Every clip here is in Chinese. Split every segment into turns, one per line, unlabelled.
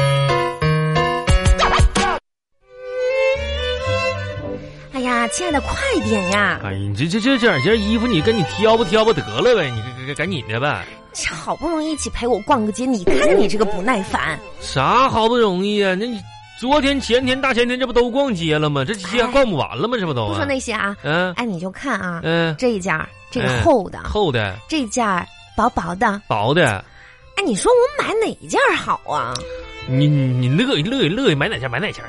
哎亲爱的，快点呀！
哎呀，你这这这这两件衣服，你跟你挑吧挑吧得了呗，你赶赶赶紧的呗。
这好不容易一起陪我逛个街，你看你这个不耐烦。
啥好不容易啊？那你昨天、前天、大前天，这不都逛街了吗？这街还逛不完了吗？这不都、啊？
不说那些啊，
嗯
哎，你就看啊，
嗯，
这一件儿这个厚的，
厚的、
这件儿薄薄的。
薄的，
哎，你说我买哪件儿好啊？
你你你乐意乐意乐意买哪件买哪件。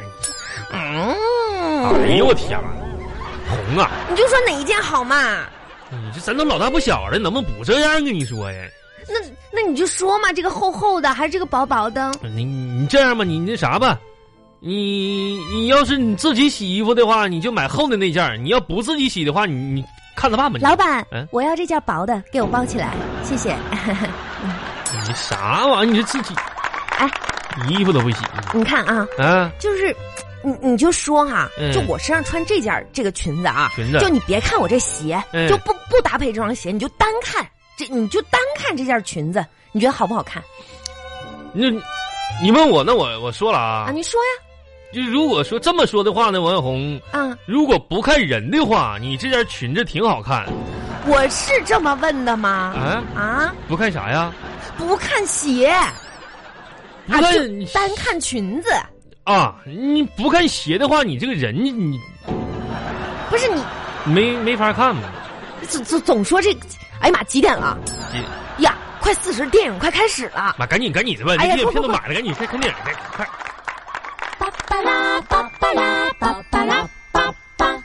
嗯，
哎呦我天，红啊！
你就说哪一件好嘛？
你这咱都老大不小了，能不能不这样跟你说呀？
那那你就说嘛，这个厚厚的还是这个薄薄的？
你你这样吧，你那啥吧，你你要是你自己洗衣服的话，你就买厚的那件儿；你要不自己洗的话，你你看着办吧。你
老板
嗯，
我要这件薄的，给我包起来，谢谢。
你啥玩意儿？你这自己，
哎，
你衣服都不洗
你看啊，
啊？
就是，你你就说哈、
嗯
就我身上穿这件儿这个裙子啊，
裙子
就你别看我这鞋，
嗯
就不不搭配这双鞋，你就单看这，你就单看这件裙子，你觉得好不好看
那你问我，那我我说了啊
啊？，你说呀，
就如果说这么说的话呢，王小红，
啊，
如果不看人的话，你这件裙子挺好看
我是这么问的吗？
啊？
啊，
不看啥呀？
不看鞋，
不看
啊就单看裙子，
啊？你不看鞋的话，你这个人你你
不是你
没没法看嘛？
总总总说这，哎呀妈，几点了？
你
呀，快四十，电影快开始了。
妈，赶紧赶紧的吧，
哎
这
呀
电影
不
票
不
都买了，赶紧快看电影，快快。
巴巴拉巴巴拉巴巴拉巴巴。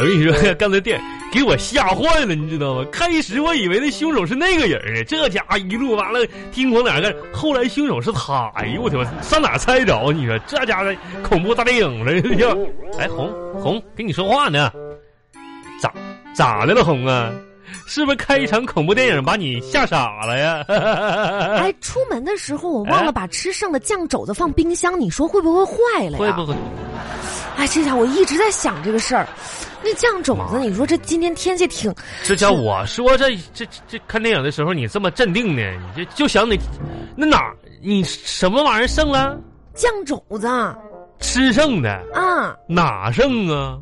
我跟你说， 刚才电影给我吓坏了，你知道吗？开始我以为那凶手是那个人儿呢，这家伙一路完了听狂哪干，后来凶手是他。哎呦我天，上哪猜着？啊你说这家伙恐怖大电影了， 这叫哎红红跟你说话呢，咋咋的了红啊？是不是开一场恐怖电影把你吓傻了呀？嗯
哎，出门的时候我忘
哎
了把吃剩的酱肘子放冰箱，你说会不会坏了呀？
会不会？
哎，这家伙我一直在想这个事儿。那酱肘子，
妈
你说这今天天气挺……
这家我说这这这这看电影的时候你这么镇定呢，你就就想你那哪儿你什么玩意儿剩了？
酱肘子啊，
吃剩的哪剩啊？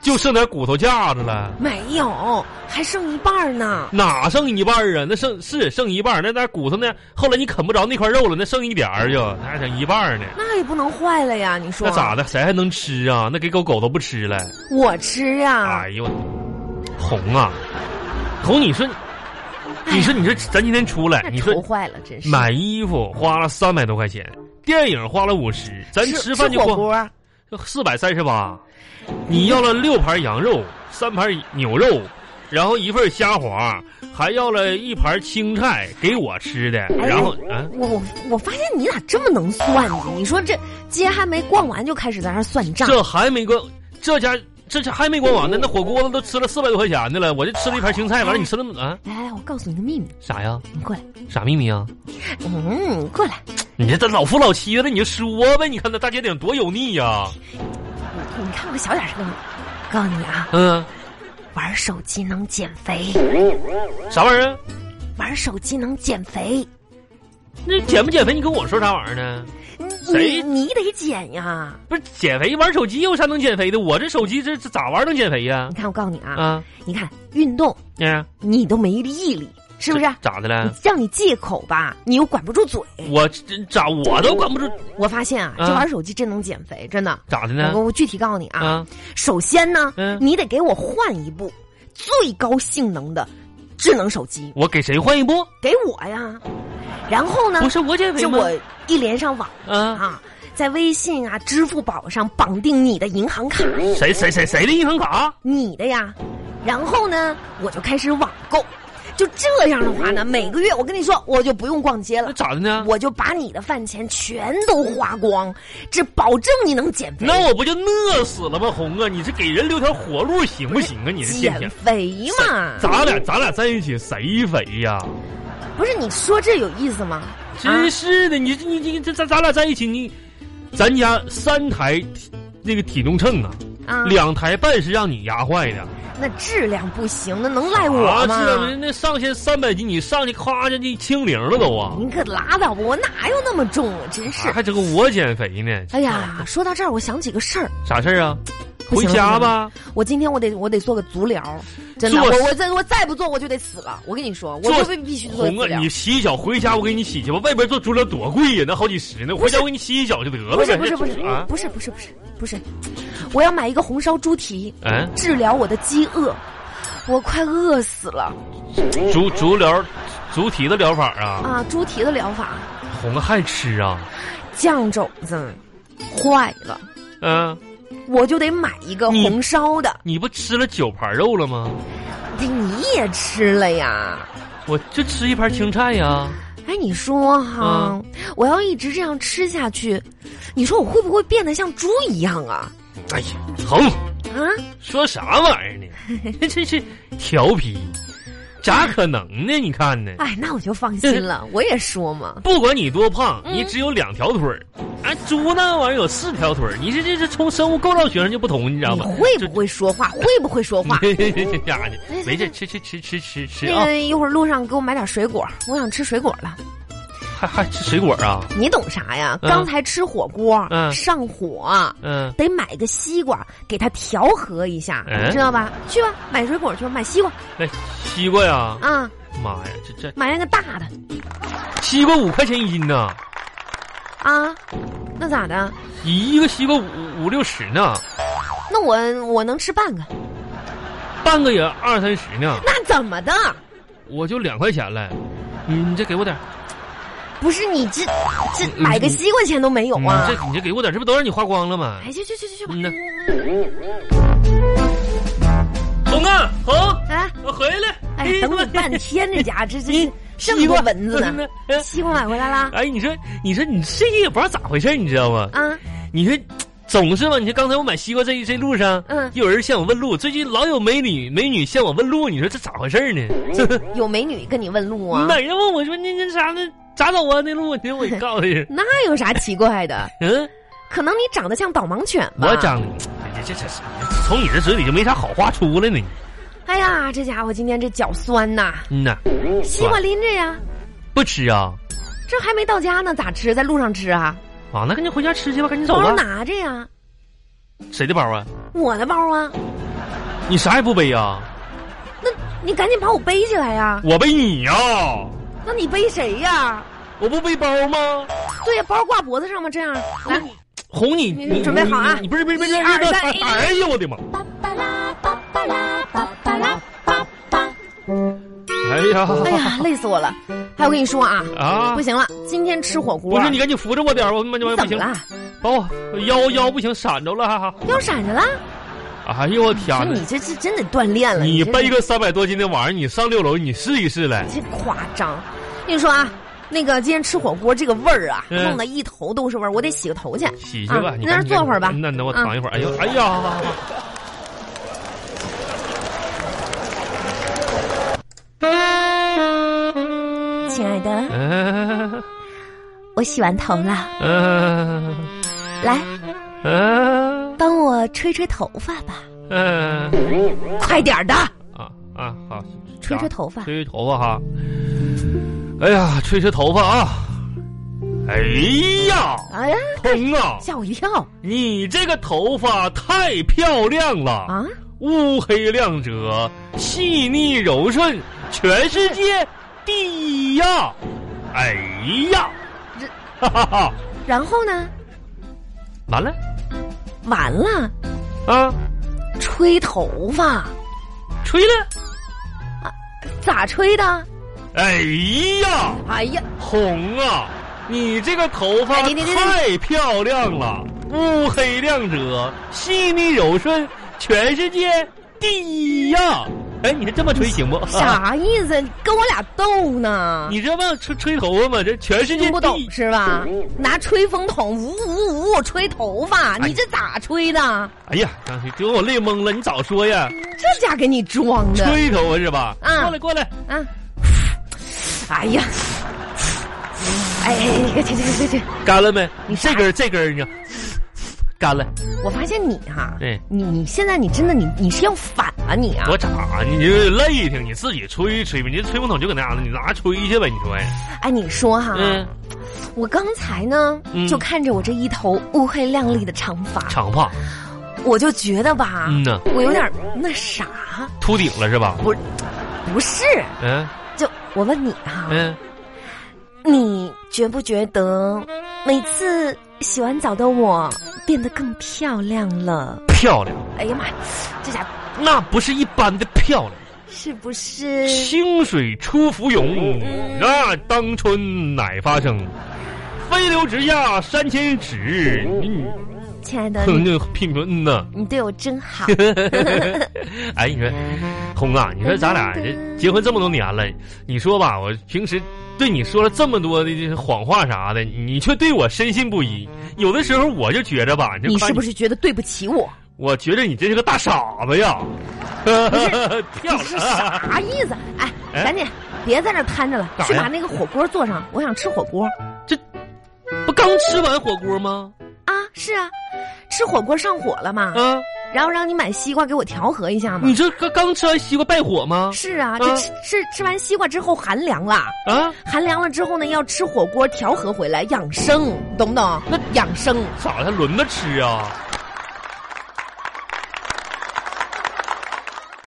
就剩点骨头架子了，
没有，还剩一半儿呢。
哪剩一半儿啊？那剩是剩一半儿，那点骨头呢？后来你啃不着那块肉了，那剩一点儿就那还剩一半儿呢。
那也不能坏了呀，你说啊
那咋的？谁还能吃啊？那给狗狗都不吃了。
我吃呀、
哎呦，红啊，红，你说，你说，你说，咱今天出来，
那
你说
愁坏了，真是。
买衣服花了三百多块钱，电影花了五十，咱
吃
吃饭
吃
就
火
花
锅，啊
四百三十八，你要了六盘羊肉，三盘牛肉，然后一份虾滑，还要了一盘青菜给我吃的，
哎
然后啊，
我我我发现你咋这么能算呢？你说这街还没逛完就开始在那儿算账，
这还没关，这家这家还没关完呢，那火锅子都吃了四百多块钱的了，我就吃了一盘青菜，完了你吃了啊
来哎来，来我告诉你个秘密，
啥呀？
你过来，
啥秘密啊？
嗯，过来，
你这这老夫老妻的了，你就说呗，你看那大姐顶多油腻呀、
你看我小点声，告诉你啊，
嗯，
玩手机能减肥，
啥玩意儿？
玩手机能减肥，
那减不减肥？你跟我说啥玩意儿呢？
你
谁
嗯你得减呀！
不是减肥玩手机有啥能减肥的？我这手机这这咋玩能减肥呀
你、看我告诉你啊，
啊，
你看运动
那、样
你都没毅力，是不啊是？
这咋的了？
让你忌口吧，你又管不住嘴。
我这咋我都管不住，
我发现啊，
啊
这玩手机真能减肥，真的。
咋的
我
呢？
我具体告诉你啊，
啊，
首先呢，
嗯
你得给我换一部最高性能的智能手机
我给谁换一部？
给我呀。然后呢
不，是我减肥
就
吗
啊我？一连上网
啊，
啊，在微信啊、支付宝上绑定你的银行卡，
谁谁谁谁的银行卡？
你的呀。然后呢，我就开始网购。就这样的话呢，每个月我跟你说，我就不用逛街
那
了。
咋的呢？
我就把你的饭钱全都花光，这保证你能减肥。
那我不就饿死了吗？红啊，你这给人留条活路行不行啊？你这天
减
天。
肥嘛，
咱俩咱俩在一起谁肥呀？
不是你说这有意思吗？
真是的，你你你这咱咱俩在一起，你咱家三台体那个体重秤啊，
啊，
两台半是让你压坏的，
那质量不行，那能赖我吗？
啊，是啊，那上限三百斤，你上去咔就就清零了都啊！
您可拉倒吧，我哪有那么重啊？真是
啊！还这个我减肥呢？
哎呀，说到这儿，我想起个事儿，
啥事儿啊？
不
回
行
家吧。
我今天我得我得做个足疗，真的，
做
我我再我再不做我就得死了。我跟你说，我
做
就必必须做
红
足
啊，
疗
你。洗一脚回家，我给你洗去吧。外边做足疗多贵呀，那好几十呢。
不
回
是
家我给你洗一脚就得
不
了呗。
是不是不是
啊，
不是不是不是不是，我要买一个红烧猪蹄，
嗯，
治疗我的饥饿，我快饿死了
足足疗，足蹄的疗法啊，
啊！猪蹄的疗法，
红啊还吃啊？
酱肘子坏了，
嗯、
我就得买一个
你
红烧的。
你不吃了九盘肉了吗？
哎，你也吃了呀？
我就吃一盘青菜呀。
哎，你说哈，
啊
我要一直这样吃下去，你说我会不会变得像猪一样啊？
哎呀，红，
啊，
说啥玩意儿 呢？这是调皮，咋可能呢？你看呢？
哎，那我就放心 了。我也说嘛，
不管你多胖，
嗯
你只有两条腿儿。哎，猪那玩意儿有四条腿儿。你是这是从生物构造学上就不同，你知道
你
吗？
会不会说话？会不会说话？
这家 伙，没事，吃吃吃吃吃吃
那
啊！
个一会儿路上给我买点水果，我想吃水果了。
还还吃水果啊？
你懂啥呀？
嗯
刚才吃火锅、
嗯
上火，
嗯，
得买个西瓜给它调和一下，
嗯
知道吧？去吧，买水果去吧，买西瓜
那西瓜呀，
啊，
妈呀，这这
买那个大的
西瓜五块钱一斤呢，
啊。那咋的？
一个西瓜五五六十呢，
那我我能吃半个，
半个也二三十呢，
那怎么的？
我就两块钱了。你你再给我点儿，
不是你这这
嗯
买个西瓜钱都没有
你
啊？
嗯这你这给我点儿，这不都让你花光了吗？
哎，去去去去去吧
嗯！呐红啊红，
哎
我回来。
哎，等我半天，这家伙这这这么
西
多
瓜
蚊子呢。
嗯
西瓜买回来啦
哎，你说，你说，你这也不知道咋回事儿，你知道吗？
啊！
你说，总是吧？你说刚才我买西瓜这一这路上，
嗯
有人向我问路，最近老有美女美女向我问路，你说这咋回事儿呢？
有美女跟你问路哎啊？
哪人问我说那那啥那咋走啊？ 那路我我给告诉你，
那有啥奇怪的？
嗯，
可能你长得像导盲犬吧？
我。长，这这这这从你这嘴里就没啥好话出来呢。
哎呀，这家伙今天这脚酸呐！
嗯呐，
西瓜拎着呀，
不吃啊？
这还没到家呢，咋吃？在路上吃啊？
啊，那赶紧回家吃去吧，赶紧走
包
吧。
拿着呀，
谁的包啊？
我的包啊，
你啥也不背啊？
那你赶紧把我背起来呀！
我背你呀、
那你背谁呀？
我不背包吗？
对呀，包挂脖子上吗？这样来。
哄你，
你准备好啊
你不是不是不是，
一二三
哎哎呀，我的妈！
巴巴拉巴巴拉巴巴拉巴巴。
哎呀，
哎呀，累死我了！还有，我跟你说啊，
啊
不！行了，今天吃火锅。
不是你赶紧扶着我点儿，我他妈
你
就不
怎么
行，
了？
把我腰腰不行，闪着了，哈哈！
腰闪着了？
哎呦我天
说
哪
你！这是真得锻炼了。
你
这
背个三百多斤的玩意儿，你上六楼你试一试来。
这夸张。跟你说啊，那个今天吃火锅这个味儿啊，
嗯
弄得一头都是味儿，我得洗个头去。
洗去吧，
啊
你
你在那儿
赶紧
坐会儿吧
那那我
啊
躺一会儿。哎呦，哎呀！
亲爱的，
嗯
我洗完头了，
嗯
来
嗯
帮我吹吹头发吧，
嗯
快点儿的，
啊啊好，
吹吹头 发。
吹吹头发哈。哎呀，吹吹头发啊！哎呀，
哎呀，
红啊，
吓我一跳
你这个头发太漂亮了！
啊！
乌黑亮泽，细腻柔顺，全世界第一呀！哎呀，
这
哈哈哈，
然后呢？
完了
完了，
啊，
吹头发
吹了！
咋吹的？
哎呀，
哎呀，
红啊，你这个头发
哎你你你
太漂亮了，乌黑亮泽，细腻柔顺，全世界第一呀！哎，你这么吹行不？啊
啥意思？跟我俩斗呢？
你这不吹吹头发吗？这全世界
听不懂
第一
是吧？拿吹风筒呜呜呜吹头发，
哎
你这咋吹的？
哎呀，当时给我累懵了，你早说呀！
这家给你装的
吹头发是吧？
嗯
过来过来，
啊！哎呀，哎哎，哎这这这这，
干了没？
你
这根儿这根儿呢？干了。
我发现你哈，
对
你你现在你真的你你是要反啊你啊！
嗯我咋？你这累挺，你自己吹一吹吧。你这吹风筒就搁那样子，你拿吹去呗。你说呀？
哎，你说哈，
嗯，
我刚才呢、
嗯
就看着我这一头乌黑亮丽的长发，
长发，
我就觉得吧，
嗯呐，
我有点那啥，
秃顶了是吧？
不不是，
嗯
就我问你哈，
嗯，
你觉不觉得每次洗完澡的我变得更漂亮了？
漂亮，
哎呀妈，呀，这家伙
那不是一般的漂亮。
是不是？
清水出芙蓉，
嗯
那当春乃发生。飞流直下三千尺，嗯，
亲爱的，
哼，
你
那拼说嗯呐。
你对我真 好。
哎，你说，红啊，你说咱俩这
嗯
结婚这么多年了，你说吧，我平时对你说了这么多的这些谎话啥的，你却对我深信不疑。有的时候我就觉着吧，
你是不
是？
是觉得对不起我？
我觉着你真是个大傻子呀！
你
漂
是
亮，
啥意思？哎，
哎
赶紧别在那儿摊着了，
干啥
去
呀啊
把那个火锅做上，我想吃火锅
不刚吃完火锅吗？
啊！是啊，吃火锅上火了嘛，
啊，
然后让你买西瓜给我调和一下嘛
你。这刚刚吃完西瓜败火吗？
是啊，这
啊
吃吃吃完西瓜之后寒凉了，
啊，
寒凉了之后呢，要吃火锅调和回来养生，懂不懂？那养生
咋的？还轮着吃啊？